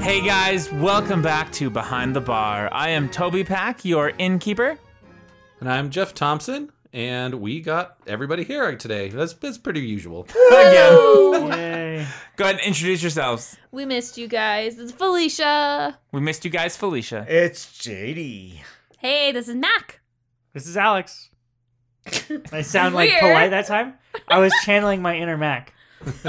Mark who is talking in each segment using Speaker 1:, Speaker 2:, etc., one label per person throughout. Speaker 1: Hey guys, welcome back to Behind the Bar. I am Toby Pack, your innkeeper.
Speaker 2: And I'm Jeff Thompson, and we got everybody here today. That's, that's pretty usual.
Speaker 1: Again. Go ahead and introduce yourselves.
Speaker 3: We missed you guys. It's Felicia.
Speaker 1: We missed you guys, Felicia.
Speaker 4: It's JD.
Speaker 3: Hey, this is Mac.
Speaker 5: This is Alex. I sound like
Speaker 3: Weird.
Speaker 5: polite that time. I was channeling my inner Mac.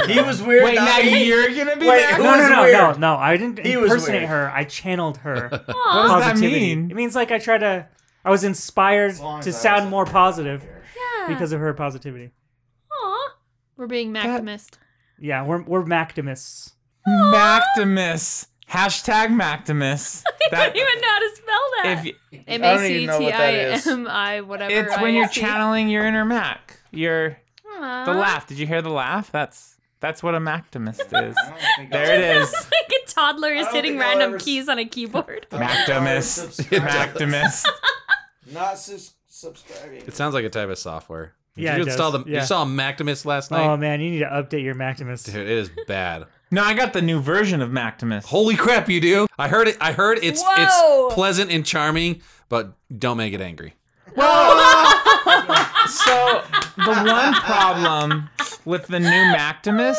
Speaker 4: He was weird.
Speaker 1: Wait, now
Speaker 4: not me.
Speaker 1: you're gonna be
Speaker 4: Wait,
Speaker 1: back?
Speaker 4: who-
Speaker 5: No, no,
Speaker 4: was
Speaker 5: no,
Speaker 4: weird.
Speaker 5: no, no. I didn't
Speaker 4: He was
Speaker 5: impersonate
Speaker 4: weird.
Speaker 5: her. I channeled her
Speaker 1: What
Speaker 3: Aw,
Speaker 1: does that
Speaker 5: positivity.
Speaker 1: mean?
Speaker 5: It means like I try to. I was inspired
Speaker 4: As long
Speaker 5: to
Speaker 4: as I
Speaker 5: sound
Speaker 4: was
Speaker 5: more positive
Speaker 3: yeah.
Speaker 5: because of her positivity.
Speaker 3: Aw. we're being Mactimist.
Speaker 5: Yeah, we're we're Mactimists.
Speaker 1: Mactimus. Hashtag Mactimus.
Speaker 3: I
Speaker 1: That,
Speaker 3: don't even know how to spell that.
Speaker 1: if y-
Speaker 3: M
Speaker 4: I
Speaker 3: A
Speaker 4: don't
Speaker 3: C
Speaker 4: even know
Speaker 3: T
Speaker 4: what
Speaker 3: I
Speaker 4: that is.
Speaker 3: M I whatever.
Speaker 1: it's when you're
Speaker 3: ISC.
Speaker 1: channeling your inner Mac. Your
Speaker 3: Aw.
Speaker 1: the laugh. Did you hear the laugh? That's that's what a Mactimist is.
Speaker 4: I don't think I'll-
Speaker 1: There it is.
Speaker 3: like a toddler is
Speaker 4: don't
Speaker 3: hitting
Speaker 4: think I'll
Speaker 3: random
Speaker 4: ever s-
Speaker 3: keys on a keyboard.
Speaker 4: I don't think I'll ever
Speaker 1: Mactimus.
Speaker 4: subscribe.
Speaker 1: Mactimus.
Speaker 4: Not sus- subscribing.
Speaker 2: It sounds like a type of software. Did
Speaker 5: Yeah,
Speaker 2: you
Speaker 5: it
Speaker 2: install
Speaker 5: does.
Speaker 2: the
Speaker 5: Yeah.
Speaker 2: you saw Mactimus last night?
Speaker 5: Oh man, you need to update your Mactimus.
Speaker 2: Dude, it is bad.
Speaker 1: No, I got the new version of Mactimus.
Speaker 2: Holy crap, you do! I heard it. I heard it's
Speaker 3: Whoa.
Speaker 2: it's pleasant and charming, but don't make it angry.
Speaker 1: So the one problem with the new Mactimus,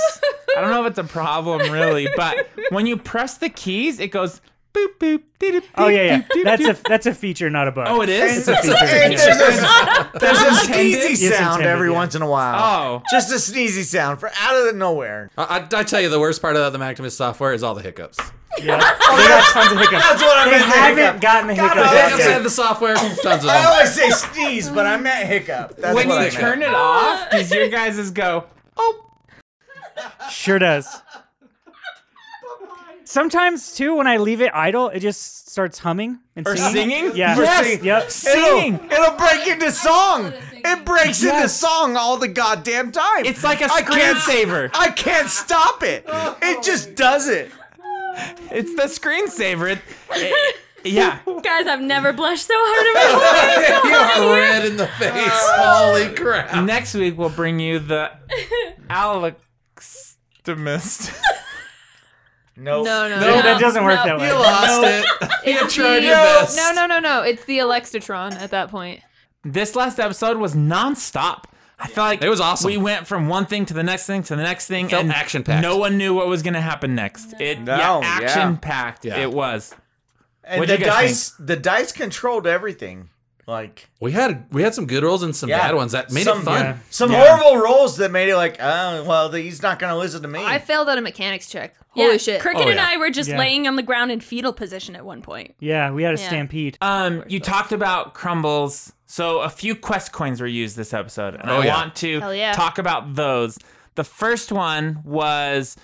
Speaker 1: I don't know if it's a problem really, but when you press the keys, it goes boop boop. dee-doop,
Speaker 5: Oh
Speaker 1: doop,
Speaker 5: yeah,
Speaker 1: doop,
Speaker 5: yeah.
Speaker 1: doop,
Speaker 5: That's a
Speaker 1: doop.
Speaker 5: that's a feature, not a bug.
Speaker 1: Oh, it is.
Speaker 5: It's a
Speaker 4: And
Speaker 5: feature.
Speaker 4: there's a, there's a sneezy
Speaker 5: Yes,
Speaker 4: sound
Speaker 5: intended,
Speaker 4: every
Speaker 5: yeah.
Speaker 4: once in a while.
Speaker 1: Oh,
Speaker 4: Just a sneezy sound for out of the nowhere.
Speaker 2: I, I, I tell you, the worst part of the Mactimus software is all the hiccups.
Speaker 5: Yeah. They got tons of hiccups.
Speaker 4: That's what I
Speaker 5: They
Speaker 4: meant. to
Speaker 5: haven't
Speaker 4: hiccup.
Speaker 5: gotten the
Speaker 4: Got
Speaker 5: hiccups.
Speaker 4: it.
Speaker 5: out
Speaker 2: Hiccups
Speaker 5: yet.
Speaker 2: in the software, tons of
Speaker 4: I
Speaker 2: them.
Speaker 4: always say sneeze, but I meant hiccup. That's
Speaker 1: when
Speaker 4: what I
Speaker 1: you
Speaker 4: meant.
Speaker 1: turn it off, does your guys' go? Oh,
Speaker 5: Sure does. Sometimes too, when I leave it idle, it just starts humming and
Speaker 1: or
Speaker 5: singing.
Speaker 1: singing?
Speaker 5: Yeah.
Speaker 1: Yes.
Speaker 5: Yep.
Speaker 1: Singing.
Speaker 4: It'll, it'll break into song. It breaks into song all the goddamn time.
Speaker 1: It's like a
Speaker 4: I can't-
Speaker 1: screensaver.
Speaker 4: I can't stop it. It just does it.
Speaker 1: It's the screensaver. It, it- yeah.
Speaker 3: Guys, I've never blushed so hard in my life.
Speaker 2: you are red in the face. Holy crap!
Speaker 1: Next week we'll bring you the Alextimist.
Speaker 4: Nope.
Speaker 3: No, no,
Speaker 2: No,
Speaker 3: no.
Speaker 5: that doesn't work
Speaker 3: no.
Speaker 5: that way.
Speaker 2: You lost it.
Speaker 3: It's
Speaker 2: tried
Speaker 3: the-
Speaker 2: your best.
Speaker 3: No, no, no, no. It's the Alexitron at that point.
Speaker 1: this last episode was nonstop. I felt like
Speaker 2: It was awesome.
Speaker 1: We went from one thing to the next thing to the next thing,
Speaker 2: felt
Speaker 1: and
Speaker 2: action-packed.
Speaker 1: No one knew what was going to happen next. It
Speaker 4: No,
Speaker 1: yeah,
Speaker 4: yeah.
Speaker 1: action packed.
Speaker 2: Yeah.
Speaker 1: It was.
Speaker 4: And
Speaker 1: What'd
Speaker 4: the
Speaker 1: you guys
Speaker 4: dice, the dice controlled everything. Like
Speaker 2: We had we had some good rolls and some
Speaker 4: yeah.
Speaker 2: bad ones that made
Speaker 4: some,
Speaker 2: it fun.
Speaker 5: yeah.
Speaker 4: Some
Speaker 1: Yeah.
Speaker 4: horrible rolls that made it like, oh well, the, he's not gonna listen to me.
Speaker 6: I failed at a mechanics check.
Speaker 3: Yeah,
Speaker 6: Holy shit.
Speaker 3: Cricket
Speaker 2: Oh,
Speaker 3: and
Speaker 2: yeah.
Speaker 3: I were just
Speaker 5: Yeah.
Speaker 3: laying on the ground in fetal position at one point.
Speaker 5: Yeah, we had a stampede.
Speaker 1: Um, you talked about crumbles, so a few quest coins were used this episode, and
Speaker 2: Oh,
Speaker 1: I
Speaker 2: yeah.
Speaker 1: want to
Speaker 6: Hell yeah.
Speaker 1: talk about those. The first one was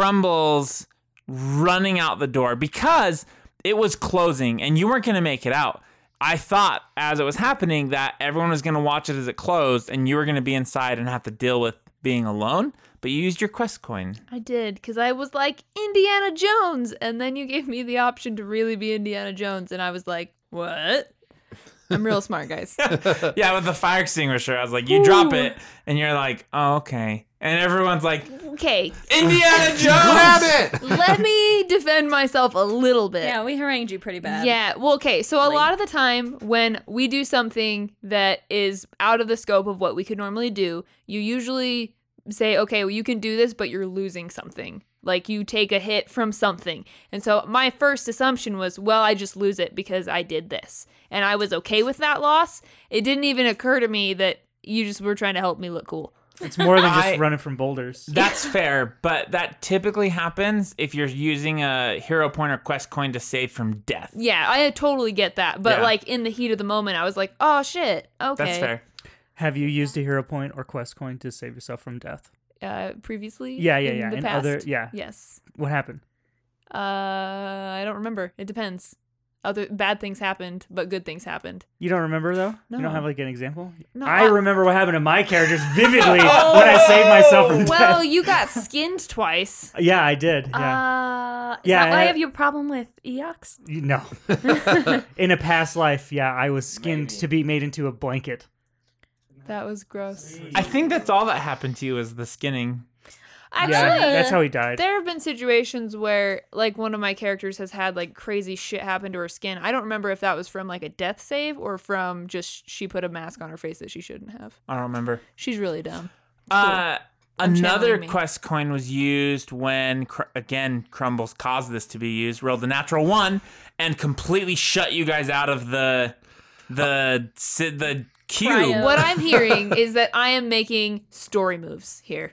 Speaker 1: crumbles running out the door because it was closing, and you weren't going to make it out. I thought as it was happening that everyone was going to watch it as it closed, and you were going to be inside and have to deal with being alone. But you used your quest coin.
Speaker 6: I did, because I was like, Indiana Jones. And then you gave me the option to really be Indiana Jones. And I was like, what? I'm real smart, guys.
Speaker 1: yeah, with the fire extinguisher, I was like, you drop it, and you're like, oh, okay. And everyone's like,
Speaker 6: Okay,
Speaker 1: Indiana Jones.
Speaker 2: Grab it.
Speaker 6: let me defend myself a little bit.
Speaker 3: Yeah, we harangued you pretty bad.
Speaker 6: Yeah, well, okay. So, a lot of the time when we do something that is out of the scope of what we could normally do, you usually say, okay, well, you can do this, but you're losing something. Like, you take a hit from something. And so, my first assumption was, well, I just lose it because I did this. And I was okay with that loss. It didn't even occur to me that you just were trying to help me look cool.
Speaker 5: It's more than just
Speaker 1: I-
Speaker 5: running from boulders.
Speaker 1: That's fair, but that typically happens if you're using a hero point or quest coin to save from death.
Speaker 6: Yeah, I totally get that. But,
Speaker 1: Yeah.
Speaker 6: like, in the heat of the moment, I was like, oh, shit. Okay.
Speaker 1: That's fair.
Speaker 5: Have you used a hero point or quest coin to save yourself from death?
Speaker 6: Uh, previously?
Speaker 5: Yeah, yeah,
Speaker 6: in
Speaker 5: yeah.
Speaker 6: The
Speaker 5: And
Speaker 6: past?
Speaker 5: other, yeah.
Speaker 6: Yes.
Speaker 5: What happened?
Speaker 6: Uh, I don't remember. It depends. Other bad things happened, but good things happened.
Speaker 5: You don't remember though? You
Speaker 6: No.
Speaker 5: don't have like an example?
Speaker 6: No, uh,
Speaker 5: I
Speaker 6: I-
Speaker 5: remember what happened to my characters vividly when I saved myself from
Speaker 6: Oh, Well,
Speaker 5: death.
Speaker 6: you got skinned twice.
Speaker 5: Yeah, I did. Yeah.
Speaker 3: Uh, is
Speaker 5: Yeah,
Speaker 3: that why
Speaker 5: I-
Speaker 3: I have your problem with Eox?
Speaker 5: You- no. In a past life, yeah, I was skinned to be made into a blanket.
Speaker 6: That was gross.
Speaker 1: I think that's all that happened to you is the skinning.
Speaker 3: Ah.
Speaker 6: Actually,
Speaker 5: yeah, that's how he died.
Speaker 6: There have been situations where, like, one of my characters has had like crazy shit happen to her skin. I don't remember if that was from like a death save or from just she put a mask on her face that she shouldn't have.
Speaker 1: I don't remember.
Speaker 6: She's really dumb.
Speaker 1: Uh, another
Speaker 6: channeling me.
Speaker 1: quest coin was used when cr- again Crumbles caused this to be used. Rolled a natural one and completely shut you guys out of the the si- the queue.
Speaker 3: Cryo.
Speaker 6: What I'm hearing is that I am making story moves here.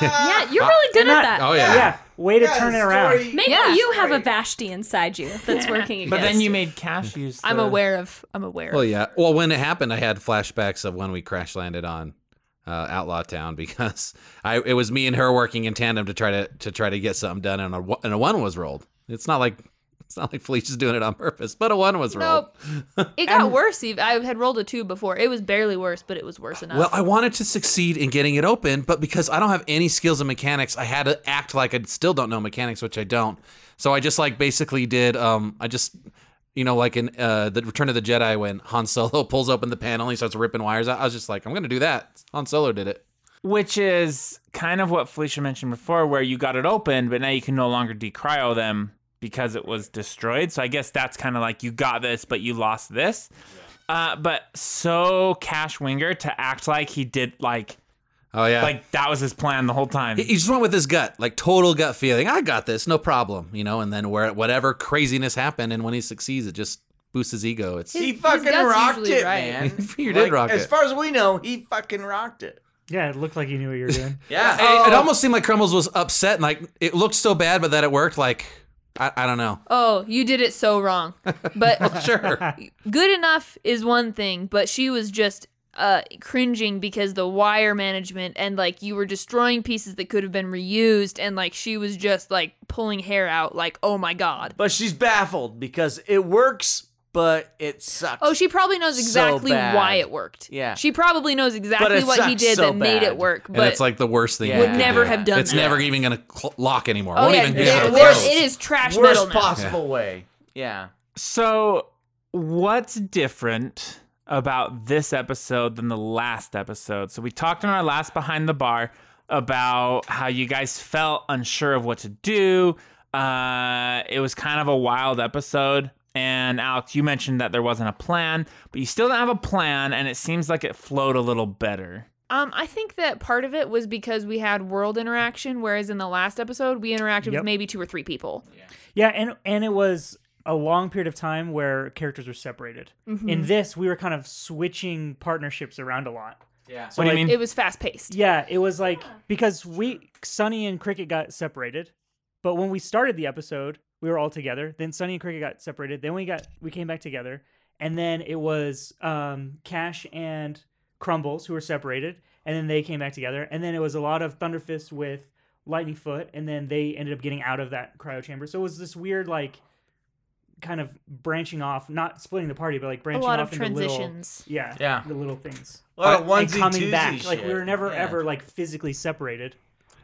Speaker 3: Yeah, you're really good at that.
Speaker 2: Oh yeah.
Speaker 5: yeah, way to turn it around.
Speaker 3: Maybe
Speaker 6: Yeah.
Speaker 3: you have a Vashti inside you that's working against
Speaker 1: But then you made Cash use.
Speaker 6: I'm
Speaker 1: the-
Speaker 6: aware of. I'm aware.
Speaker 2: Well, yeah. Well, when it happened, I had flashbacks of when we crash landed on uh, Outlaw Town because I it was me and her working in tandem to try to to try to get something done, and a one- and a one was rolled. It's not like it's not like Felicia's doing it on purpose, but a one was rolled.
Speaker 6: Nope. It got worse. Eve. I had rolled a two before. It was barely worse, but it was worse enough.
Speaker 2: Well, I wanted to succeed in getting it open, but because I don't have any skills in mechanics, I had to act like I still don't know mechanics, which I don't. So I just like basically did. Um, I just, you know, like in uh, the Return of the Jedi when Han Solo pulls open the panel, and he starts ripping wires out. I was just like, I'm gonna do that. Han Solo did it.
Speaker 1: which is kind of what Felicia mentioned before, where you got it open, but now you can no longer decryo them because it was destroyed. So I guess that's kind of like you got this, but you lost this. Uh, but so Cash Winger to act like he did like
Speaker 2: Oh yeah,
Speaker 1: like that was his plan the whole time.
Speaker 2: He- He just went with his gut, like total gut feeling. I got this, no problem, you know. And then where whatever craziness happened, and when he succeeds, it just boosts his ego. It's
Speaker 4: He
Speaker 6: His- his
Speaker 4: fucking
Speaker 6: gut's
Speaker 4: rocked
Speaker 6: usually
Speaker 4: it,
Speaker 6: right.
Speaker 4: man.
Speaker 2: You did rock
Speaker 4: as
Speaker 2: it.
Speaker 4: far as we know, he fucking rocked it.
Speaker 5: Yeah, it looked like you knew what you were doing.
Speaker 4: Yeah.
Speaker 2: it, it
Speaker 6: Oh.
Speaker 2: almost seemed like Crumbles was upset, and like it looked so bad, but that it worked. Like I, I don't know.
Speaker 6: oh, you did it so wrong. But
Speaker 2: Oh, Sure,
Speaker 6: good enough is one thing, but she was just uh cringing because the wire management and like you were destroying pieces that could have been reused and like she was just like pulling hair out like oh my god.
Speaker 4: But she's baffled because it works, but it sucks.
Speaker 6: Oh, she probably knows
Speaker 4: So
Speaker 6: exactly
Speaker 4: bad.
Speaker 6: why it worked.
Speaker 4: Yeah.
Speaker 6: She probably knows exactly
Speaker 4: it
Speaker 6: what he
Speaker 4: sucks
Speaker 6: did
Speaker 4: so
Speaker 6: that made
Speaker 4: bad.
Speaker 6: it work,
Speaker 2: and
Speaker 6: but
Speaker 2: it's like the worst thing. you
Speaker 6: would
Speaker 2: could
Speaker 6: never
Speaker 2: do.
Speaker 6: have done
Speaker 2: It's
Speaker 6: that.
Speaker 2: never even gonna cl- lock anymore.
Speaker 6: Oh,
Speaker 2: Won't
Speaker 6: yeah,
Speaker 2: even
Speaker 6: it,
Speaker 2: be able to
Speaker 6: it-
Speaker 4: worse.
Speaker 2: close.
Speaker 6: it is trash metal
Speaker 4: worst
Speaker 6: now.
Speaker 4: possible way. Yeah.
Speaker 1: So, what's different about this episode than the last episode? So, we talked in our last Behind the Bar about how you guys felt unsure of what to do. Uh, it was kind of a wild episode. And Alex, you mentioned that there wasn't a plan, but you still don't have a plan, and it seems like it flowed a little better.
Speaker 6: Um, I think that part of it was because we had world interaction, whereas in the last episode we interacted
Speaker 5: Yep.
Speaker 6: with maybe two or three people.
Speaker 5: yeah, and and it was a long period of time where characters were separated. In this, we were kind of switching partnerships around a lot.
Speaker 4: Yeah.
Speaker 1: what do
Speaker 5: like,
Speaker 1: you mean?
Speaker 6: It was fast paced.
Speaker 5: Yeah, it was like because we Sunny and Cricket got separated, but when we started the episode, we were all together. Then Sunny and Cricket got separated. Then we got we came back together, and then it was um, Cash and Crumbles who were separated, and then they came back together. And then it was a lot of Thunderfist with Lightning Foot, and then they ended up getting out of that cryo chamber. So it was this weird like kind of branching off, not splitting the party, but like
Speaker 6: A
Speaker 5: branching
Speaker 6: lot
Speaker 5: off
Speaker 6: of
Speaker 5: into little-
Speaker 6: transitions.
Speaker 5: yeah,
Speaker 4: Yeah.
Speaker 5: the little things.
Speaker 4: A lot of
Speaker 5: But- and
Speaker 4: onesie,
Speaker 5: coming
Speaker 4: twosie
Speaker 5: back, like we
Speaker 4: shit.
Speaker 5: were never
Speaker 4: Yeah.
Speaker 5: ever like physically separated.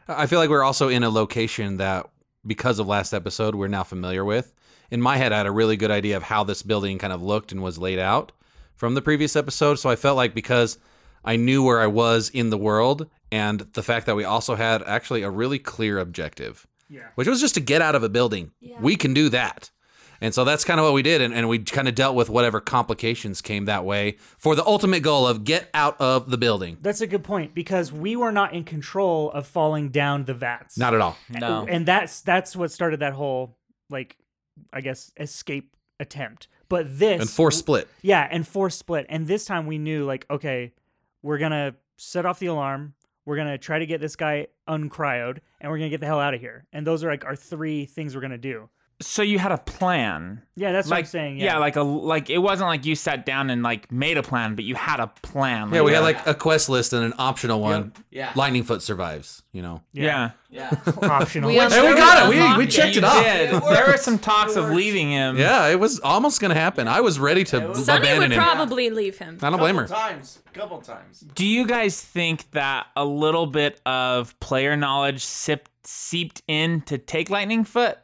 Speaker 2: I feel like we're also in a location that, because of last episode, we're now familiar with. In my head, I had a really good idea of how this building kind of looked and was laid out from the previous episode. So I felt like because I knew where I was in the world and the fact that we also had actually a really clear objective,
Speaker 5: Yeah.
Speaker 2: which was just to get out of a building. We can do that. And so that's kind of what we did. And, and we kind of dealt with whatever complications came that way for the ultimate goal of get out of the building.
Speaker 5: That's a good point because we were not in control of falling down the vats.
Speaker 2: Not at all.
Speaker 4: No.
Speaker 5: And that's that's what started that whole like I guess escape attempt. But this
Speaker 2: And force split.
Speaker 5: Yeah, and force split. And this time we knew like okay, we're going to set off the alarm. We're going to try to get this guy uncryoed and we're going to get the hell out of here. And those are like our three things we're going to do.
Speaker 1: So, you had a plan.
Speaker 5: Yeah, that's
Speaker 1: like
Speaker 5: what I'm saying.
Speaker 1: yeah. like a like it wasn't like you sat down and like made a plan, but you had a plan.
Speaker 2: Yeah, we had like a quest list and an optional one.
Speaker 4: Yeah.
Speaker 2: Lightning Foot survives, you know.
Speaker 1: yeah.
Speaker 4: Yeah.
Speaker 5: optional.
Speaker 6: We
Speaker 2: Hey, we got it. We, we
Speaker 6: unlocked
Speaker 2: checked it off.
Speaker 1: did. There were some talks of leaving him.
Speaker 2: Yeah, it was almost going to happen. I was ready to
Speaker 3: Sunny
Speaker 2: abandon
Speaker 3: would
Speaker 2: him. I
Speaker 3: probably leave him.
Speaker 2: don't blame her.
Speaker 4: Times. Couple times.
Speaker 1: Do you guys think that a little bit of player knowledge sipped, seeped in to take Lightning Foot?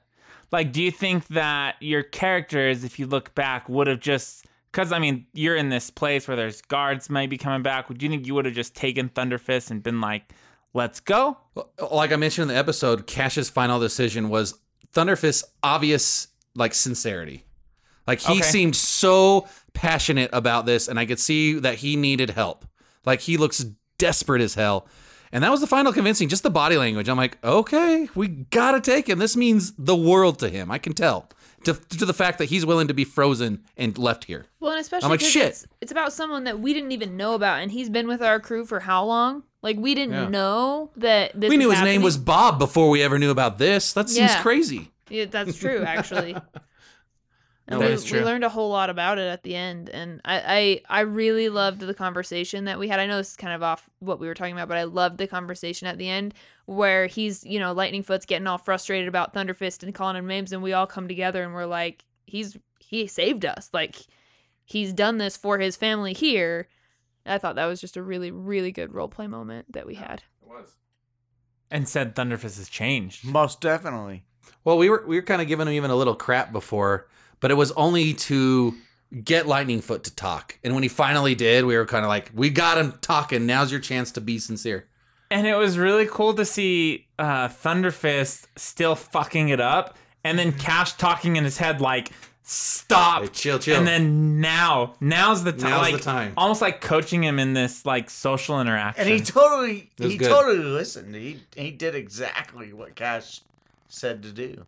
Speaker 1: Like, do you think that your characters, if you look back, would have just because I mean you're in this place where there's guards maybe coming back? Would you think you would have just taken Thunderfist and been like, Let's go.
Speaker 2: like I mentioned in the episode, Cash's final decision was Thunderfist's obvious like sincerity. Like he
Speaker 1: Okay.
Speaker 2: seemed so passionate about this, and I could see that he needed help. Like he looks desperate as hell. And that was the final convincing, just the body language. I'm like, okay, we gotta take him. This means the world to him. I can tell. To, to the fact that he's willing to be frozen and left here.
Speaker 6: Well, and especially
Speaker 2: I'm like,
Speaker 6: 'cause
Speaker 2: "Shit."
Speaker 6: It's, it's about someone that we didn't even know about, and he's been with our crew for how long? Like we didn't
Speaker 2: Yeah.
Speaker 6: know that this.
Speaker 2: we knew
Speaker 6: was
Speaker 2: his name
Speaker 6: happening.
Speaker 2: was Bob before we ever knew about this. That seems
Speaker 6: Yeah.
Speaker 2: crazy.
Speaker 6: Yeah, that's true, actually. And
Speaker 1: That
Speaker 6: we,
Speaker 1: is
Speaker 6: we
Speaker 1: true.
Speaker 6: learned a whole lot about it at the end, and I, I I really loved the conversation that we had. I know this is kind of off what we were talking about, but I loved the conversation at the end where he's you know Lightning Foot's getting all frustrated about Thunderfist and calling him names, and we all come together and we're like, he's he saved us, like he's done this for his family here. I thought that was just a really really good role play moment that we had.
Speaker 1: And said Thunderfist has changed.
Speaker 4: Most definitely.
Speaker 2: Well, we were we were kind of giving him even a little crap before, but it was only to get Lightning Foot to talk. And when he finally did, we were kind of like, "We got him talking. Now's your chance to be sincere."
Speaker 1: And it was really cool to see uh, Thunderfist still fucking it up, and then Cash talking in his head like, "Stop,
Speaker 2: Mm-hmm. Hey, chill, chill.
Speaker 1: And then now, now's the time.
Speaker 2: Now's the
Speaker 1: like,
Speaker 2: time.
Speaker 1: Almost like coaching him in this like social interaction.
Speaker 4: And he totally
Speaker 2: It was
Speaker 4: he
Speaker 2: good.
Speaker 4: totally listened. He he did exactly what Cash said to do.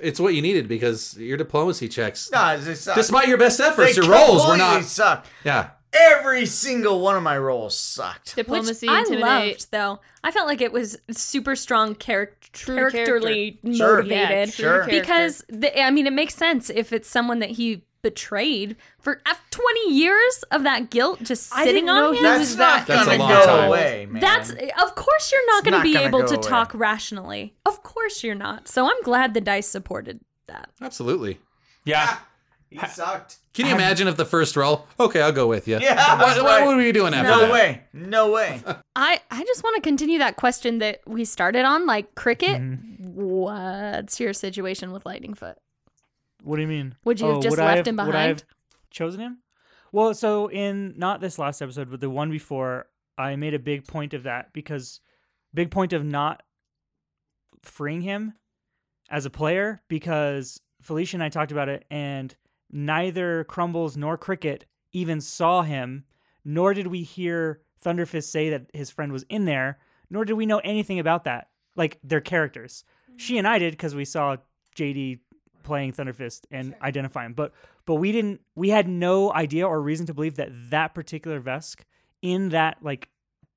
Speaker 2: It's what you needed because your diplomacy checks,
Speaker 4: No, it's just,
Speaker 2: despite your best
Speaker 4: they
Speaker 2: efforts, your roles were
Speaker 4: completely
Speaker 2: not.
Speaker 4: sucked.
Speaker 2: Yeah,
Speaker 4: Every single one of my roles sucked.
Speaker 6: Diplomacy,
Speaker 3: Which I
Speaker 6: intimidate,
Speaker 3: loved, though. I felt like it was super strong, character,
Speaker 6: True
Speaker 3: characterly
Speaker 4: Sure.
Speaker 6: yeah,
Speaker 3: motivated.
Speaker 6: true
Speaker 4: Sure.
Speaker 6: character.
Speaker 3: because the, I mean, it makes sense if it's someone that he betrayed for af- 20 years of that guilt just
Speaker 6: I
Speaker 3: sitting
Speaker 6: didn't
Speaker 3: on
Speaker 6: know
Speaker 3: him.
Speaker 6: he
Speaker 4: That's
Speaker 6: was that
Speaker 4: not
Speaker 2: That's a
Speaker 4: gonna
Speaker 2: long
Speaker 4: go
Speaker 2: time.
Speaker 4: away, man.
Speaker 3: That's of course you're not
Speaker 4: It's
Speaker 3: going to
Speaker 4: not
Speaker 3: be
Speaker 4: gonna
Speaker 3: able
Speaker 4: go
Speaker 3: to
Speaker 4: away.
Speaker 3: talk rationally. Of course you're not. So I'm glad the dice supported that.
Speaker 2: absolutely.
Speaker 1: yeah.
Speaker 4: he sucked.
Speaker 2: Can you imagine if the first role? Okay, I'll go with you.
Speaker 4: Yeah,
Speaker 2: What, what
Speaker 4: right.
Speaker 2: were we doing after
Speaker 4: No
Speaker 2: that?
Speaker 4: way. No way.
Speaker 3: I I just want to continue that question that we started on like cricket.
Speaker 4: Mm-hmm.
Speaker 3: What's your situation with Lightning Foot?
Speaker 5: What do you mean?
Speaker 3: Would you have just
Speaker 5: I
Speaker 3: left him
Speaker 5: Would I
Speaker 3: behind?
Speaker 5: have chosen him? Well, so in not this last episode, but the one before, I made a big point of that because big point of not freeing him as a player because Felicia and I talked about it, and neither Crumbles nor Cricket even saw him, nor did we hear Thunderfist say that his friend was in there, nor did we know anything about that, like their characters. She and I did because we saw JD playing Thunderfist and identify him, but but we didn't. We had no idea or reason to believe that that particular Vesk in that like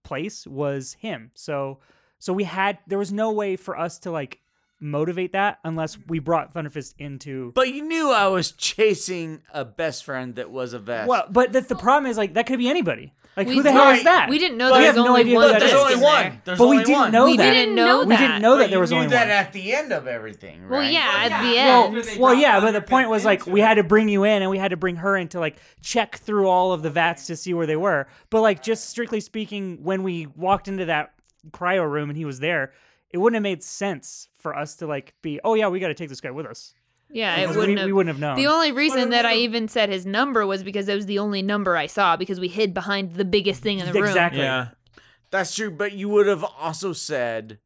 Speaker 5: place was him. So so we had there was no way for us to like motivate that unless we brought Thunderfist into
Speaker 4: But you knew I was chasing a best friend that was a vest.
Speaker 5: Well, but the, the problem is like that could be anybody. Like
Speaker 6: We-
Speaker 5: who the hell
Speaker 4: Right.
Speaker 5: is that?
Speaker 6: We didn't know
Speaker 5: We
Speaker 6: there
Speaker 5: have
Speaker 6: was
Speaker 5: no
Speaker 6: only
Speaker 5: idea
Speaker 6: one
Speaker 5: who
Speaker 4: but
Speaker 5: that
Speaker 4: there's
Speaker 5: is.
Speaker 4: only
Speaker 6: in there.
Speaker 4: one. There's
Speaker 5: But we
Speaker 4: only
Speaker 5: didn't
Speaker 4: one.
Speaker 5: know
Speaker 6: we
Speaker 5: that.
Speaker 6: didn't know
Speaker 5: We didn't
Speaker 6: that.
Speaker 5: know
Speaker 4: But
Speaker 5: that there
Speaker 4: you
Speaker 5: was
Speaker 4: knew
Speaker 5: only
Speaker 4: that
Speaker 5: one.
Speaker 4: at the end of everything, right?
Speaker 6: Well, yeah, at the end.
Speaker 5: Well, well, yeah, but the point was like we had to bring you in and we had to bring her in to like check through all of the vats to see where they were. But like just strictly speaking, when we walked into that cryo room and he was there, it wouldn't have made sense for us to like be, oh yeah, we got to take this guy with us.
Speaker 6: Yeah, it
Speaker 5: Because we-
Speaker 6: wouldn't. have,
Speaker 5: we wouldn't have known.
Speaker 6: The only reason that I even said his number was because it was the only number I saw because we hid behind the biggest thing in the room.
Speaker 5: Exactly.
Speaker 1: Yeah.
Speaker 4: That's true, but you would have also said,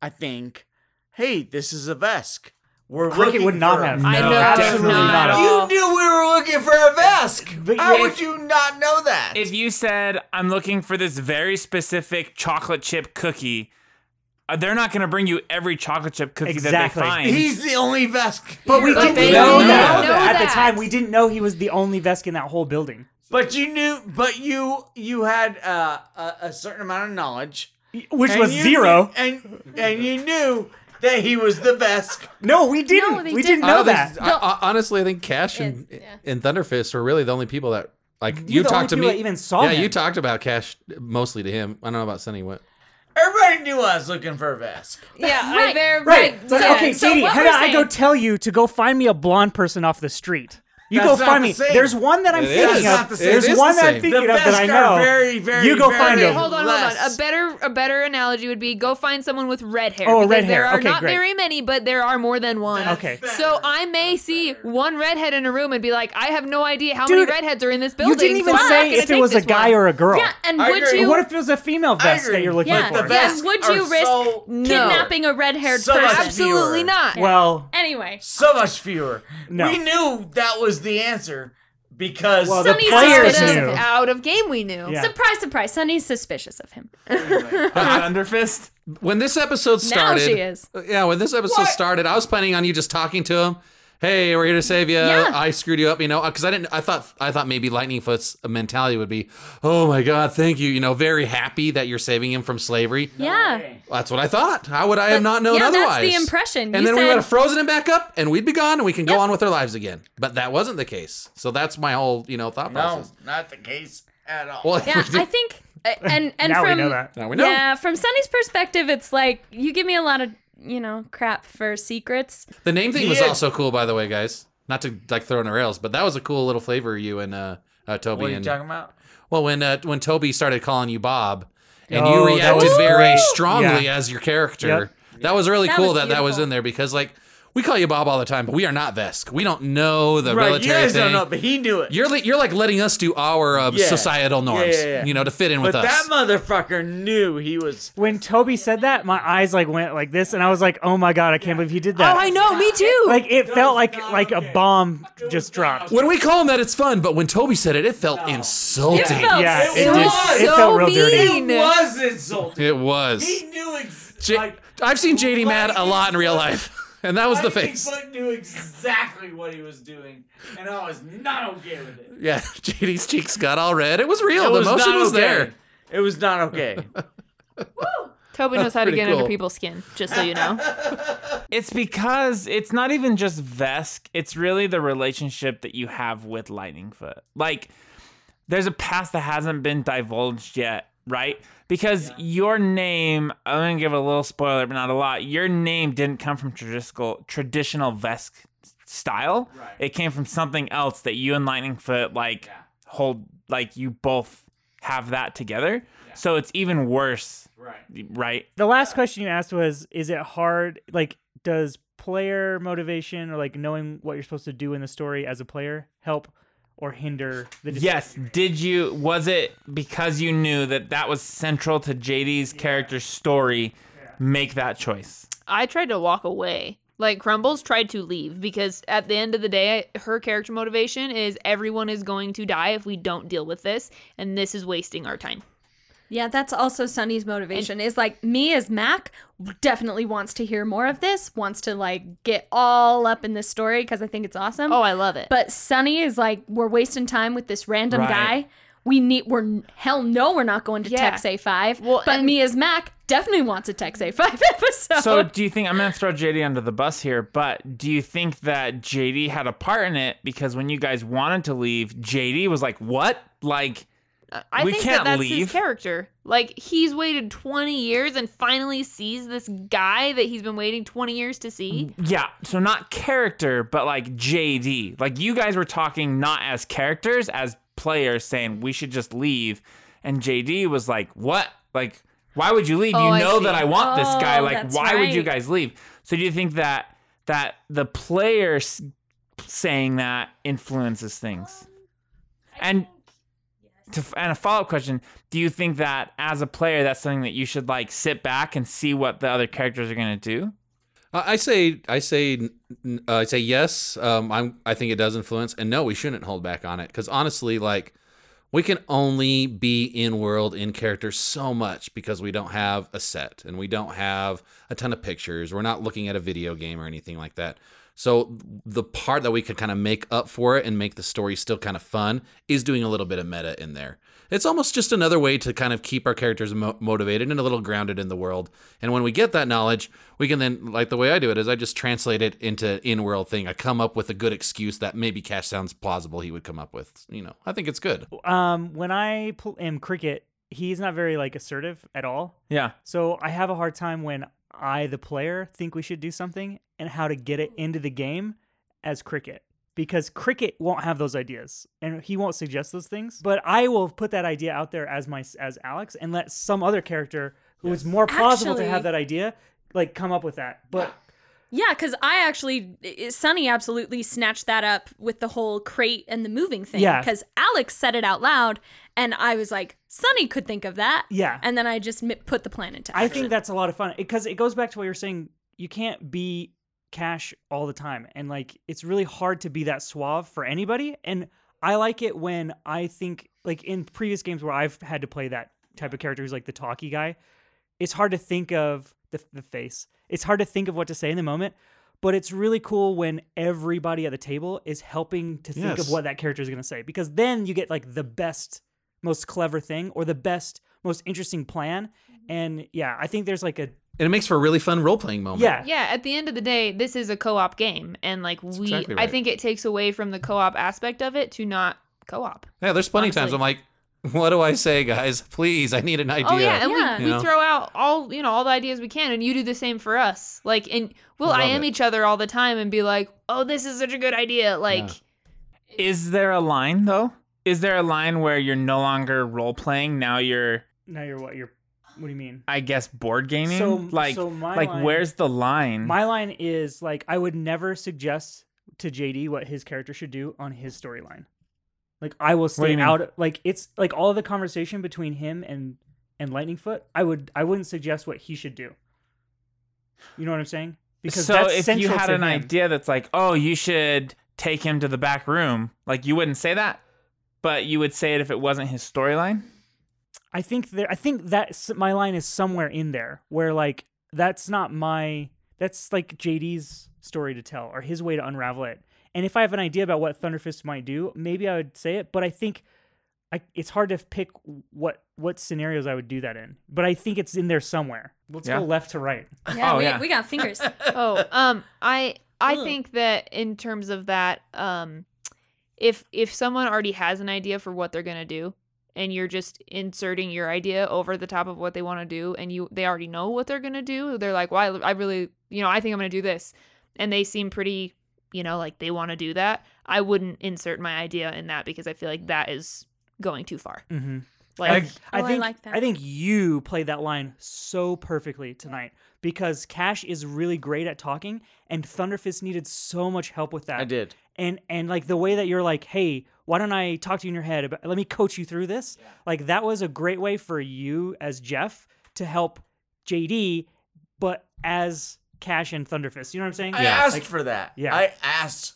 Speaker 4: I think, hey, this is a Vesk. We're
Speaker 5: Cricket
Speaker 4: looking
Speaker 5: would not
Speaker 4: for a-
Speaker 5: have.
Speaker 6: I
Speaker 1: No,
Speaker 6: know
Speaker 1: definitely
Speaker 6: not
Speaker 1: not.
Speaker 6: at
Speaker 4: You
Speaker 6: all.
Speaker 4: knew we were looking for a Vesk.
Speaker 5: But
Speaker 4: How
Speaker 5: if-
Speaker 4: would you not know that?
Speaker 1: If you said, I'm looking for this very specific chocolate chip cookie, uh, they're not going to bring you every chocolate chip cookie that they
Speaker 5: Exactly.
Speaker 1: find.
Speaker 4: He's the only Vesk.
Speaker 5: But we
Speaker 6: But
Speaker 5: didn't
Speaker 6: they
Speaker 5: know,
Speaker 6: didn't
Speaker 5: that.
Speaker 6: know
Speaker 5: at
Speaker 6: that.
Speaker 5: the time. We didn't know he was the only Vesk in that whole building.
Speaker 4: But you knew, but you you had uh, a, a certain amount of knowledge,
Speaker 5: which
Speaker 4: And
Speaker 5: was
Speaker 4: you
Speaker 5: zero.
Speaker 4: knew- and and you knew that he was the Vesk.
Speaker 5: No, we didn't.
Speaker 6: they
Speaker 5: we
Speaker 6: didn't.
Speaker 5: didn't know that.
Speaker 2: I, I- honestly, I think Cash and, and Thunderfist were really the only people that like you
Speaker 5: the
Speaker 2: talked
Speaker 5: only
Speaker 2: to
Speaker 5: people
Speaker 2: me.
Speaker 5: that even saw
Speaker 2: yeah,
Speaker 5: him.
Speaker 2: you talked about Cash mostly to him. I don't know about Sunny. What?
Speaker 4: Everybody knew I was looking for a Vesk.
Speaker 6: Yeah, I
Speaker 3: Right,
Speaker 6: very
Speaker 5: Right. So,
Speaker 6: So,
Speaker 5: okay,
Speaker 6: so
Speaker 5: Sadie,
Speaker 6: what
Speaker 5: how
Speaker 6: we're
Speaker 5: do I go
Speaker 6: saying-
Speaker 5: tell you to go find me a blonde person off the street? You
Speaker 4: That's
Speaker 5: go
Speaker 4: not
Speaker 5: find
Speaker 4: the
Speaker 5: me.
Speaker 4: same.
Speaker 5: There's one that I'm
Speaker 2: It
Speaker 5: thinking
Speaker 2: is.
Speaker 5: of.
Speaker 2: It
Speaker 5: There's
Speaker 2: is
Speaker 5: one
Speaker 2: the
Speaker 5: that I'm
Speaker 2: same.
Speaker 5: thinking
Speaker 4: the
Speaker 5: of that I
Speaker 4: best are
Speaker 5: know.
Speaker 4: Very, very,
Speaker 5: You go
Speaker 4: very
Speaker 5: find
Speaker 6: Okay,
Speaker 5: them.
Speaker 6: hold on, hold on.
Speaker 4: less.
Speaker 6: A better, a better analogy would be go find someone with red hair.
Speaker 5: Oh,
Speaker 6: because
Speaker 5: red
Speaker 6: There
Speaker 5: hair.
Speaker 6: are
Speaker 5: Okay,
Speaker 6: not
Speaker 5: great.
Speaker 6: very many, but there are more than one.
Speaker 5: Okay.
Speaker 6: So I may see one redhead in a room and be like, I have no idea how
Speaker 5: Dude,
Speaker 6: many redheads are in this
Speaker 5: You
Speaker 6: building.
Speaker 5: didn't even
Speaker 6: so I'm not
Speaker 5: say
Speaker 6: gonna
Speaker 5: if it
Speaker 6: take
Speaker 5: was a
Speaker 6: this
Speaker 5: guy
Speaker 6: one.
Speaker 5: or a girl.
Speaker 3: Yeah, and
Speaker 4: I
Speaker 3: would
Speaker 4: agree.
Speaker 5: But
Speaker 3: you?
Speaker 5: What if it was a female vest that
Speaker 4: agree.
Speaker 5: you're looking
Speaker 3: yeah,
Speaker 5: for?
Speaker 4: the vest-
Speaker 3: yeah.
Speaker 4: vests
Speaker 3: Would
Speaker 4: are
Speaker 3: you risk
Speaker 4: so-
Speaker 6: No.
Speaker 3: kidnapping a red-haired
Speaker 4: So
Speaker 3: person?
Speaker 4: much
Speaker 6: Absolutely
Speaker 4: fewer.
Speaker 6: not.
Speaker 5: Well,
Speaker 3: Anyway,
Speaker 4: so much fewer.
Speaker 5: No.
Speaker 4: We knew that was the answer because
Speaker 5: Well, the
Speaker 6: Sunny
Speaker 5: players
Speaker 6: suspicious
Speaker 5: knew.
Speaker 6: out of game we knew.
Speaker 5: Yeah.
Speaker 3: surprise, surprise. Sunny's suspicious of him.
Speaker 1: Underfist.
Speaker 2: When this episode
Speaker 3: Now
Speaker 2: started,
Speaker 3: she is.
Speaker 2: yeah, when this episode started, I was planning on you just talking to him. Hey, we're here to save you.
Speaker 3: Yeah.
Speaker 2: I screwed you up, you know, because I didn't. I thought I thought maybe Lightning Foot's mentality would be, "Oh my God, thank you," you know, very happy that you're saving him from slavery.
Speaker 3: Yeah.
Speaker 2: That's what I thought. How would I have not known
Speaker 3: yeah, that's the
Speaker 2: otherwise?
Speaker 3: impression.
Speaker 2: And
Speaker 3: You
Speaker 2: then we
Speaker 3: said-
Speaker 2: would have frozen him back up, and we'd be gone, and we can go on with our lives again. But that wasn't the case. So that's my whole, you know, thought
Speaker 4: no,
Speaker 2: process.
Speaker 4: not the case at all.
Speaker 2: Well,
Speaker 3: Yeah, I think. And and
Speaker 5: now
Speaker 3: from
Speaker 5: we know that.
Speaker 2: now we know.
Speaker 3: Yeah, from Sunny's perspective, it's like you give me a lot of you know crap for secrets.
Speaker 2: The name thing was
Speaker 4: Yeah.
Speaker 2: also cool, by the way, guys. Not to like throw in the rails, but that was a cool little flavor you and uh, uh Toby
Speaker 4: what are you
Speaker 2: and
Speaker 4: talking about?
Speaker 2: well when uh, when Toby started calling you Bob and you
Speaker 5: Oh, that
Speaker 2: reacted
Speaker 5: was-
Speaker 2: very strongly
Speaker 5: Yeah.
Speaker 2: as your character. That was really
Speaker 3: That
Speaker 2: cool
Speaker 3: was
Speaker 2: that that was
Speaker 3: beautiful.
Speaker 2: in there because like we call you Bob all the time, but we are not Vesk. We don't know the
Speaker 4: Right, you
Speaker 2: military
Speaker 4: guys
Speaker 2: thing.
Speaker 4: don't know, but he knew it.
Speaker 2: You're li- you're like letting us do our uh,
Speaker 4: Yeah.
Speaker 2: societal
Speaker 4: Yeah, yeah,
Speaker 2: norms,
Speaker 4: yeah.
Speaker 2: you know, to fit in
Speaker 4: but
Speaker 2: with us.
Speaker 4: that motherfucker knew he was.
Speaker 5: When Toby said that, my eyes like went like this, and I was like, "Oh my god, oh, I can't believe he did that!"
Speaker 6: Oh, know, me too.
Speaker 5: Like it felt like like a bomb just dropped.
Speaker 2: when we call him that, it's fun, but when Toby said it, it felt insulting.
Speaker 3: It felt
Speaker 5: Yeah,
Speaker 3: so
Speaker 5: it
Speaker 4: was
Speaker 5: just- it
Speaker 6: so
Speaker 5: felt real dirty.
Speaker 6: mean.
Speaker 4: It was insulting.
Speaker 2: It was.
Speaker 4: He knew ex-
Speaker 2: J-
Speaker 4: like
Speaker 2: I've seen JD mad a
Speaker 4: Lightning
Speaker 2: lot in real
Speaker 4: Foot-
Speaker 2: life, and that was the
Speaker 4: Lightning
Speaker 2: face.
Speaker 4: Foot knew exactly what he was doing, and I was not okay with it.
Speaker 2: Yeah, JD's cheeks got all red. It was real.
Speaker 4: It
Speaker 2: the
Speaker 4: was
Speaker 2: emotion
Speaker 4: not
Speaker 2: was
Speaker 4: okay.
Speaker 2: there.
Speaker 4: It was not okay.
Speaker 6: Toby knows how to
Speaker 2: pretty
Speaker 6: get
Speaker 2: cool.
Speaker 6: under people's skin, just so you know.
Speaker 1: It's because it's not even just Vesk, it's really the relationship that you have with Lightningfoot. Like, there's a past that hasn't been divulged yet, right? Because your name, I'm gonna give a little spoiler, but not a lot. Your name didn't come from traditional traditional Vesk style. It came from something else that you and Lightningfoot like hold, like you both have that together. So it's even worse, right? Right?
Speaker 5: The last question you asked was, "Is it hard? Like, does player motivation or like knowing what you're supposed to do in the story as a player help or hinder the decision?
Speaker 1: Yes. Did you? Was it because you knew that that was central to JD's character's story? Make that choice.
Speaker 6: I tried to walk away. Like Crumbles tried to leave because at the end of the day, her character motivation is everyone is going to die if we don't deal with this, and this is wasting our time.
Speaker 3: Yeah, that's also Sunny's motivation. is like me as Mac definitely wants to hear more of this, wants to like get all up in this story because I think it's awesome.
Speaker 6: Oh, I love it.
Speaker 3: but Sunny is like we're wasting time with this random
Speaker 1: Right.
Speaker 3: guy. We need we're hell no we're not going to
Speaker 6: Yeah.
Speaker 3: Tex A5.
Speaker 6: Well,
Speaker 3: but
Speaker 6: and-
Speaker 3: me as Mac definitely wants a Tex A5 episode.
Speaker 1: So, do you think I'm gonna throw JD under the bus here? But do you think that JD had a part in it? Because when you guys wanted to leave, JD was like, "What? Like,
Speaker 6: I
Speaker 1: we
Speaker 6: think
Speaker 1: can't
Speaker 6: that that's
Speaker 1: leave.
Speaker 6: his character. Like he's waited 20 years and finally sees this guy that he's been waiting 20 years to
Speaker 5: Mm,
Speaker 6: see.
Speaker 1: yeah." So not character, but like JD. Like you guys were talking not as characters, as players, saying we should just leave, and JD was like, "What? Like." Why would you leave?
Speaker 6: Oh,
Speaker 1: you
Speaker 6: I
Speaker 1: know
Speaker 6: see.
Speaker 1: that I want this guy.
Speaker 3: Oh,
Speaker 1: Like,
Speaker 3: that's
Speaker 1: why would you
Speaker 3: right.
Speaker 1: guys leave? So, do you think that that the player s- saying that influences things? And to, and a follow up question: Do you think that as a player, that's something that you should like sit back and see what the other characters are gonna do?
Speaker 2: I I say, I say, n- n- uh, I say yes. Um, I'm. I think it does influence, and no, we shouldn't hold back on it because honestly, like, we can only be in world in character so much because we don't have a set and we don't have a ton of pictures. We're not looking at a video game or anything like that. So the part that we could kind of make up for it and make the story still kind of fun is doing a little bit of meta in there. It's almost just another way to kind of keep our characters mo- motivated and a little grounded in the world. And when we get that knowledge, we can then, like the way I do it, is I just translate it into in-world thing. I come up with a good excuse that maybe Cash sounds plausible. He would come up with, you know. I think it's good.
Speaker 5: Um, when I pl- am cricket, he's not very like assertive at all.
Speaker 1: Yeah,
Speaker 5: So I have a hard time when I, the player, think we should do something and how to get it into the game as cricket. because Cricket won't have those ideas and he won't suggest those things. But I will put that idea out there as my as Alex and let some other character who is more plausible to have
Speaker 3: Actually-
Speaker 5: that idea like come up with that. But
Speaker 3: Yeah, because I actually, i- Sonny absolutely snatched that up with the whole crate and the moving thing.
Speaker 5: Yeah.
Speaker 3: Because Alex said it out loud, and I was like, Sonny could think of that.
Speaker 5: Yeah.
Speaker 3: And then I just mi- put the plan into
Speaker 5: I
Speaker 3: action.
Speaker 5: think that's a lot of fun because it goes back to what you're saying. You can't be cash all the time, and like it's really hard to be that suave for anybody. And I like it when I think like in previous games where I've had to play that type of character who's like the talky guy. It's hard to think of the the face. It's hard to think of what to say in the moment. But it's really cool when everybody at the table is helping to think of
Speaker 2: Yes.
Speaker 5: what that character is going to say because then you get like the best most clever thing or the best most interesting plan and yeah i think there's like a
Speaker 2: And it makes for a really fun role playing moment.
Speaker 5: yeah
Speaker 6: Yeah, at the end of the day, this is a co-op game, and like we,
Speaker 2: exactly
Speaker 6: I
Speaker 2: right.
Speaker 6: think it takes away from the co-op aspect of it to not co-op.
Speaker 2: Yeah, there's plenty of times
Speaker 6: Honestly.
Speaker 2: I'm like, what do I say, guys? Please, I need an idea.
Speaker 6: Oh yeah, and
Speaker 3: Yeah.
Speaker 6: we,
Speaker 2: You
Speaker 6: we
Speaker 2: know?
Speaker 6: throw out all you know all the ideas we can, and you do the same for us. Like, and we'll
Speaker 2: Love
Speaker 6: I am
Speaker 2: it.
Speaker 6: each other all the time and be like, oh, this is such a good idea. Like,
Speaker 1: Is there a line though? Is there a line where you're no longer role playing? Now you're,
Speaker 5: now you're what you're what do you mean
Speaker 1: I guess, board gaming.
Speaker 5: So-
Speaker 1: like,
Speaker 5: so my
Speaker 1: like,
Speaker 5: line-
Speaker 1: where's the line?
Speaker 5: my line is like i would never suggest to jd what his character should do on his storyline like i will
Speaker 1: do you
Speaker 5: stay
Speaker 1: mean?
Speaker 5: out like it's like all the conversation between him and and lightningfoot i would i wouldn't suggest what he should do you know what i'm saying
Speaker 1: so
Speaker 5: that's
Speaker 1: if you
Speaker 5: central
Speaker 1: had
Speaker 5: to
Speaker 1: an
Speaker 5: him.
Speaker 1: idea that's like, oh, you should take him to the back room, like you wouldn't say that, but you would say it if it wasn't his storyline.
Speaker 5: I think there. I think that s- my line is somewhere in there where like that's not my. That's like JD's story to tell or his way to unravel it. And if I have an idea about what Thunderfist might do, maybe I would say it. But I think I, it's hard to pick what what scenarios I would do that in. But I think it's in there somewhere. Let's
Speaker 1: Yeah.
Speaker 5: go left to right.
Speaker 3: Yeah,
Speaker 1: Oh,
Speaker 3: we,
Speaker 1: yeah.
Speaker 3: we got fingers.
Speaker 6: oh, um, I I think that in terms of that, um, if if someone already has an idea for what they're gonna do, and you're just inserting your idea over the top of what they want to do, and you they already know what they're gonna do, they're like, "Why? I really, you know, I think I'm gonna do this," and they seem pretty, you know, like they want to do that. I wouldn't insert my idea in that because I feel like that is going too far.
Speaker 5: Mm-hmm.
Speaker 6: Like,
Speaker 3: Oh, I
Speaker 5: think
Speaker 3: like that.
Speaker 5: I think you played that line so perfectly tonight because Cash is really great at talking, and Thunderfist needed so much help with that.
Speaker 4: I did.
Speaker 5: and and like the way that you're like hey why don't i talk to you in your head about let me coach you through this like that was a great way for you as jeff to help jd but as cash and thunderfist you know what i'm saying
Speaker 6: Uh,
Speaker 4: I asked for that.
Speaker 5: yeah.
Speaker 4: I asked.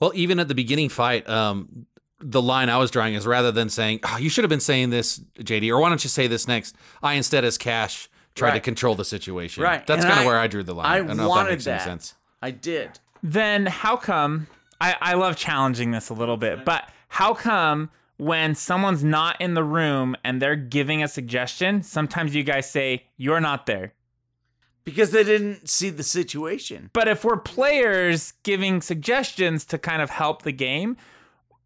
Speaker 2: Well, even at the beginning fight, um, the line I was drawing is rather than saying, oh, you should have been saying this, JD, or why don't you say this next? I instead, as Cash, tried to
Speaker 4: Right.
Speaker 2: control the situation.
Speaker 4: Right.
Speaker 2: That's
Speaker 4: And
Speaker 2: kind
Speaker 4: I-
Speaker 2: of where I drew the line.
Speaker 4: I,
Speaker 2: don't know if
Speaker 4: wanted
Speaker 2: makes any sense.
Speaker 4: I did.
Speaker 1: Then how come? I I love challenging this a little bit, but how come? When someone's not in the room and they're giving a suggestion, sometimes you guys say, You're not there.
Speaker 4: Because they didn't see the situation.
Speaker 1: But if we're players giving suggestions to kind of help the game,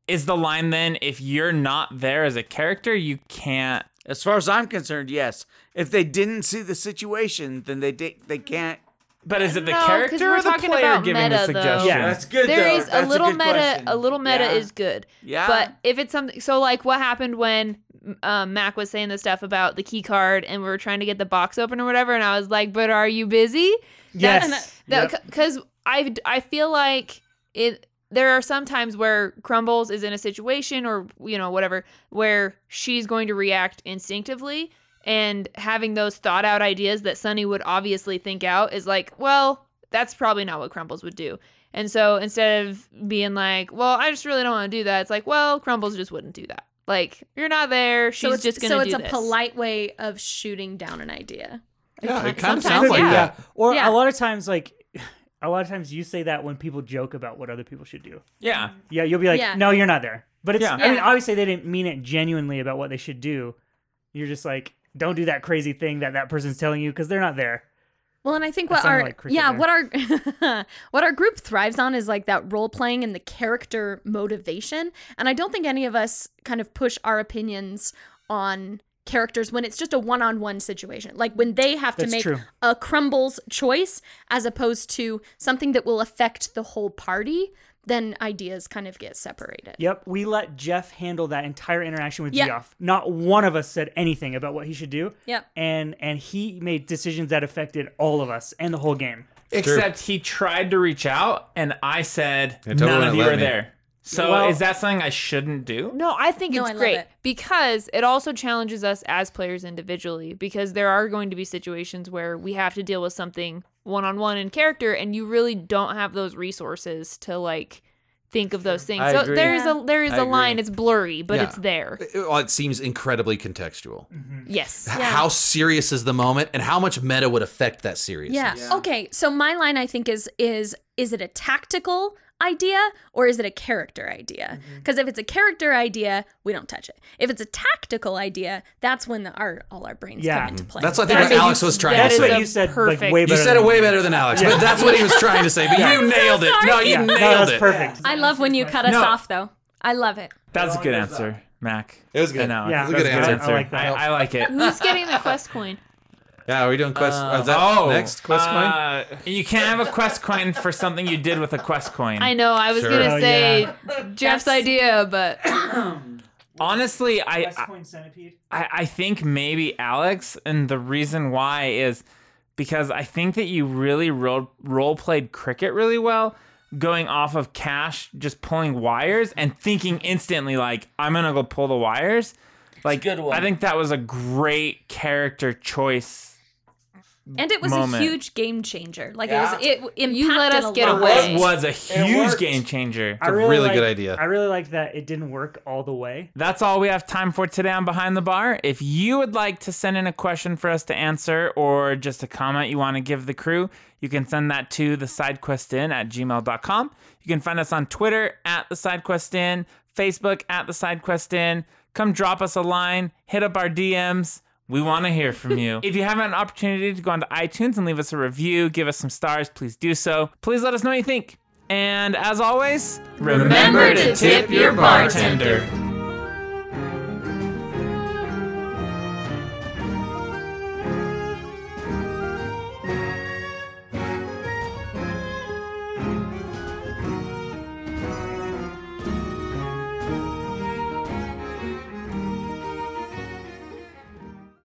Speaker 1: is the line then if you're not there as a character, you can't?
Speaker 4: As far as I'm concerned, yes. If they didn't see the situation, then they di- they can't.
Speaker 1: But is it the
Speaker 6: No, 'cause
Speaker 1: character
Speaker 6: we're
Speaker 1: or the
Speaker 6: talking
Speaker 1: player
Speaker 6: about
Speaker 1: giving the
Speaker 6: meta, though.
Speaker 1: suggestion?
Speaker 5: Yeah.
Speaker 4: That's good.
Speaker 6: There
Speaker 4: though.
Speaker 6: is
Speaker 4: That's
Speaker 6: a little
Speaker 4: good
Speaker 6: meta.
Speaker 4: question.
Speaker 6: A little meta
Speaker 4: Yeah.
Speaker 6: is good.
Speaker 4: Yeah.
Speaker 6: But if it's something, so like what happened when um, Mac was saying the stuff about the key card, and we were trying to get the box open or whatever, and I was like, "But are you busy?"
Speaker 5: yes
Speaker 6: That because I I feel like it. There are some times where Crumbles is in a situation or you know whatever where she's going to react instinctively, and having those thought out ideas that Sunny would obviously think out is like, well, that's probably not what Crumbles would do. And so instead of being like, well, I just really don't want to do that, it's like, well, Crumbles just wouldn't do that. Like you're not there. She's
Speaker 3: so it's,
Speaker 6: just gonna
Speaker 3: so
Speaker 6: do
Speaker 3: it's a
Speaker 6: this.
Speaker 3: polite way of shooting down an idea.
Speaker 2: Yeah, it kind
Speaker 6: Sometimes,
Speaker 2: of sounds like
Speaker 6: yeah.
Speaker 2: that.
Speaker 5: or a
Speaker 6: Yeah.
Speaker 5: lot of times like a lot of times you say that when people joke about what other people should do
Speaker 1: Yeah.
Speaker 5: yeah you'll be like
Speaker 3: Yeah.
Speaker 5: no you're not there but it's
Speaker 1: Yeah.
Speaker 5: i mean
Speaker 3: Yeah.
Speaker 5: obviously they didn't mean it genuinely about what they should do you're just like don't do that crazy thing that that person's telling you because they're not there
Speaker 3: Well, and I think
Speaker 5: That
Speaker 3: what
Speaker 5: sounded
Speaker 3: our
Speaker 5: like cricket
Speaker 3: yeah
Speaker 5: there.
Speaker 3: what our what our group thrives on is like that role playing and the character motivation. And I don't think any of us kind of push our opinions on characters when it's just a one on one situation, like when they have to
Speaker 5: That's
Speaker 3: make
Speaker 5: true.
Speaker 3: a crumbles choice as opposed to something that will affect the whole party. then ideas kind of get separated.
Speaker 5: Yep, we let Jeff handle that entire interaction with
Speaker 3: Yeah.
Speaker 5: Geoff. Not one of us said anything about what he should do.
Speaker 6: Yep.
Speaker 5: And and he made decisions that affected all of us and the whole game.
Speaker 2: true.
Speaker 1: Except he tried to reach out, and I said
Speaker 2: They totally
Speaker 1: none of
Speaker 2: wouldn't
Speaker 1: you
Speaker 2: let
Speaker 1: are
Speaker 2: me.
Speaker 1: there. So
Speaker 5: Well-
Speaker 1: is that something I shouldn't do?
Speaker 6: No, I think
Speaker 3: No,
Speaker 6: it's
Speaker 3: I love
Speaker 6: great
Speaker 3: it.
Speaker 6: because it also challenges us as players individually because there are going to be situations where we have to deal with something one on one in character and you really don't have those resources to like think of those things.
Speaker 4: I
Speaker 6: so
Speaker 4: agree.
Speaker 6: there is
Speaker 3: Yeah.
Speaker 6: a there is
Speaker 4: I
Speaker 6: a line,
Speaker 4: agree.
Speaker 6: it's blurry, but
Speaker 2: Yeah.
Speaker 6: it's there.
Speaker 2: It, well, it seems incredibly contextual.
Speaker 6: Yes.
Speaker 2: How serious is the moment, and how much meta would affect that seriousness?
Speaker 3: Yeah. Okay. So my line I think is is is it a tactical idea or is it a character idea?
Speaker 2: Mm-hmm.
Speaker 3: Because if it's a character idea, we don't touch it. If it's a tactical idea, that's when the our all our brains
Speaker 5: Yeah.
Speaker 3: come into play.
Speaker 2: That's what I think
Speaker 6: That's
Speaker 2: what
Speaker 6: what
Speaker 2: Alex
Speaker 6: you-
Speaker 2: was trying to
Speaker 6: that
Speaker 5: That's
Speaker 6: is
Speaker 2: say.
Speaker 5: what
Speaker 6: a
Speaker 5: you said. Like,
Speaker 6: perfect-
Speaker 5: way
Speaker 6: You
Speaker 5: better
Speaker 2: You said
Speaker 5: than
Speaker 2: it way better than Alex, but that's what he was trying to say. But you nailed it. No, you
Speaker 5: Yeah, no,
Speaker 2: nailed
Speaker 5: that's
Speaker 2: it.
Speaker 5: perfect.
Speaker 3: I love when you cut us
Speaker 1: No.
Speaker 3: off though. I love it.
Speaker 1: That's a good answer, Mac. It
Speaker 2: was good.
Speaker 1: No, yeah,
Speaker 5: Yeah,
Speaker 1: that's
Speaker 5: it
Speaker 1: a
Speaker 5: was a
Speaker 1: good
Speaker 5: good answer.
Speaker 1: answer.
Speaker 5: I like that.
Speaker 1: I, I like it.
Speaker 6: Who's getting the quest coin?
Speaker 2: Yeah, are we doing quest? uh, is that
Speaker 1: oh,
Speaker 2: next quest coin?
Speaker 1: uh, you can't have a quest coin for something you did with a quest coin.
Speaker 6: I know, I was
Speaker 2: Sure.
Speaker 6: gonna
Speaker 5: Oh,
Speaker 6: say
Speaker 5: yeah.
Speaker 6: Jeff's
Speaker 3: That's-
Speaker 6: idea, but
Speaker 1: Honestly, I,
Speaker 5: West
Speaker 1: I
Speaker 5: Point Centipede.
Speaker 1: I I think maybe Alex, and the reason why is because I think that you really role role played cricket really well, going off of cash, just pulling wires and thinking instantly like I'm gonna go pull the wires. Like
Speaker 4: good one.
Speaker 1: I think that was a great character choice.
Speaker 3: And it was
Speaker 1: Moment.
Speaker 3: a huge game changer. Like
Speaker 4: Yeah.
Speaker 3: it was it impacted
Speaker 6: You let us
Speaker 3: a
Speaker 6: get
Speaker 3: lot.
Speaker 6: away.
Speaker 1: It was a huge
Speaker 4: worked.
Speaker 1: game changer.
Speaker 5: I
Speaker 2: really good
Speaker 5: like-
Speaker 2: idea.
Speaker 5: I really like that it didn't work all the way.
Speaker 1: That's all we have time for today on Behind the Bar. If you would like to send in a question for us to answer or just a comment you want to give the crew, you can send that to the sidequestin at gmail.com. You can find us on Twitter at the sidequestin, Facebook at the sidequestin. Come drop us a line, hit up our DMs. We want to hear from you. if you have an opportunity to go onto iTunes and leave us a review, give us some stars, please do so. Please let us know what you think. And as always,
Speaker 6: Remember to tip your bartender.